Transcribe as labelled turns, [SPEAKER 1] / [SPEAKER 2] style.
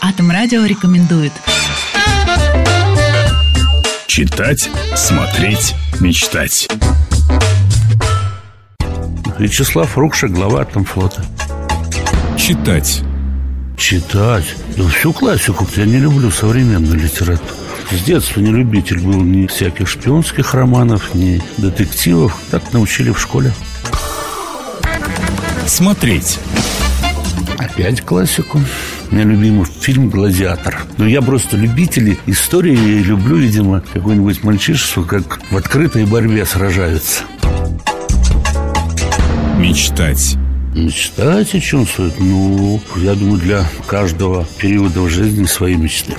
[SPEAKER 1] Атом Радио рекомендует.
[SPEAKER 2] Читать, смотреть, мечтать.
[SPEAKER 3] Вячеслав Рукша, глава Атомфлота.
[SPEAKER 2] Читать.
[SPEAKER 3] Читать? Да всю классику. Я не люблю современную литературу. С детства не любитель был ни всяких шпионских романов, ни детективов. Так научили в школе.
[SPEAKER 2] Смотреть.
[SPEAKER 3] Опять классику. У меня любимый фильм «Гладиатор». Но я просто любители истории и люблю, видимо, какое-нибудь мальчишество, как в открытой борьбе сражаются.
[SPEAKER 2] Мечтать.
[SPEAKER 3] Ну, Мечтать о чем стоит? Ну, я думаю, для каждого периода в жизни свои мечты.